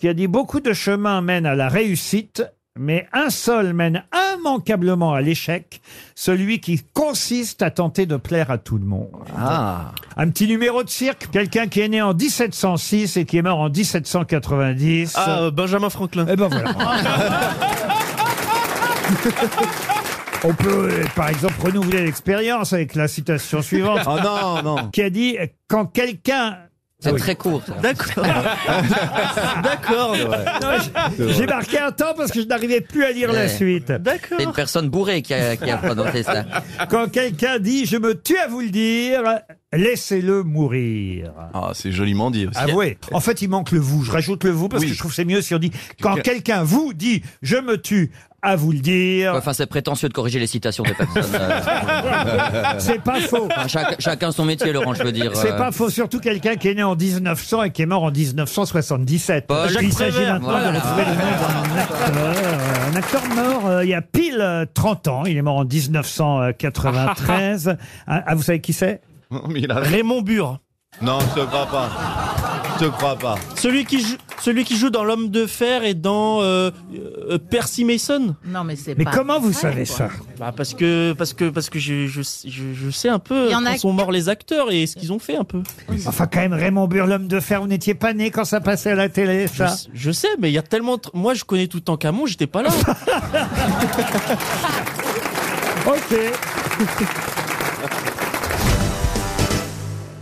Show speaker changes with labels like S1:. S1: qui a dit beaucoup de chemins mènent à la réussite, mais un seul mène immanquablement à l'échec, celui qui consiste à tenter de plaire à tout le monde.
S2: Ah,
S1: Un petit numéro de cirque, quelqu'un qui est né en 1706 et qui est mort en 1790.
S3: Ah, euh, Benjamin Franklin.
S1: Eh ben voilà. On peut, euh, par exemple, renouveler l'expérience avec la citation suivante.
S2: Oh non, non.
S1: Qui a dit quand quelqu'un. Ah
S4: C'est très court. ça.
S3: D'accord. D'accord.
S1: Non, j'ai- J'ai marqué un temps parce que je n'arrivais plus à lire la
S4: Ouais.
S1: suite.
S4: C'est une
S3: D'accord.
S4: personne bourrée qui a, qui a prononcé ça.
S1: Quand quelqu'un dit je me tue à vous le dire, laissez-le mourir.
S2: Ah, c'est joliment dit aussi. hein.
S1: Avouez. En fait, il manque le vous. Je rajoute le vous parce
S2: Oui.
S1: que je trouve que c'est mieux si on dit quand
S2: Quelqu'un-
S1: quelqu'un vous dit je me tue à vous le dire.
S4: Enfin, c'est prétentieux de corriger les citations des personnes. euh.
S1: C'est pas faux.
S4: Enfin, chaque- chacun son métier, Laurent, je veux dire.
S1: C'est
S4: euh.
S1: pas faux, surtout quelqu'un qui est né en 1900 et qui est mort en 1977.
S4: Paul
S1: Il
S4: Jacques
S1: s'agit
S3: Prévert,
S1: maintenant
S4: voilà.
S1: de retrouver le nom d'un acteur. Un acteur mort euh, il y a pile euh, 30 ans. Il est mort en 1993. ah, ah, vous savez qui c'est
S2: Mais il a-
S3: Raymond Burr.
S2: Non, je te crois pas. Je te crois pas.
S3: Celui qui, joue, celui qui joue dans L'Homme de Fer et dans euh, euh, Percy Mason
S5: Non, mais c'est
S1: Mais
S5: pas.
S1: comment vous
S5: Ouais,
S1: savez
S5: quoi.
S1: ça
S3: bah parce que parce que parce que je je, je, je sais un peu
S5: Il y en
S3: quand
S5: a-
S3: sont morts les acteurs et ce qu'ils ont fait un peu.
S1: Enfin, quand même, Raymond Burr, l'homme de fer, vous n'étiez pas né quand ça passait à la télé,
S3: Je,
S5: Ah.
S1: ça
S3: sais- je sais mais il y a tellement de- moi je connais tout le temps Camon, j'étais pas là.
S1: Ok.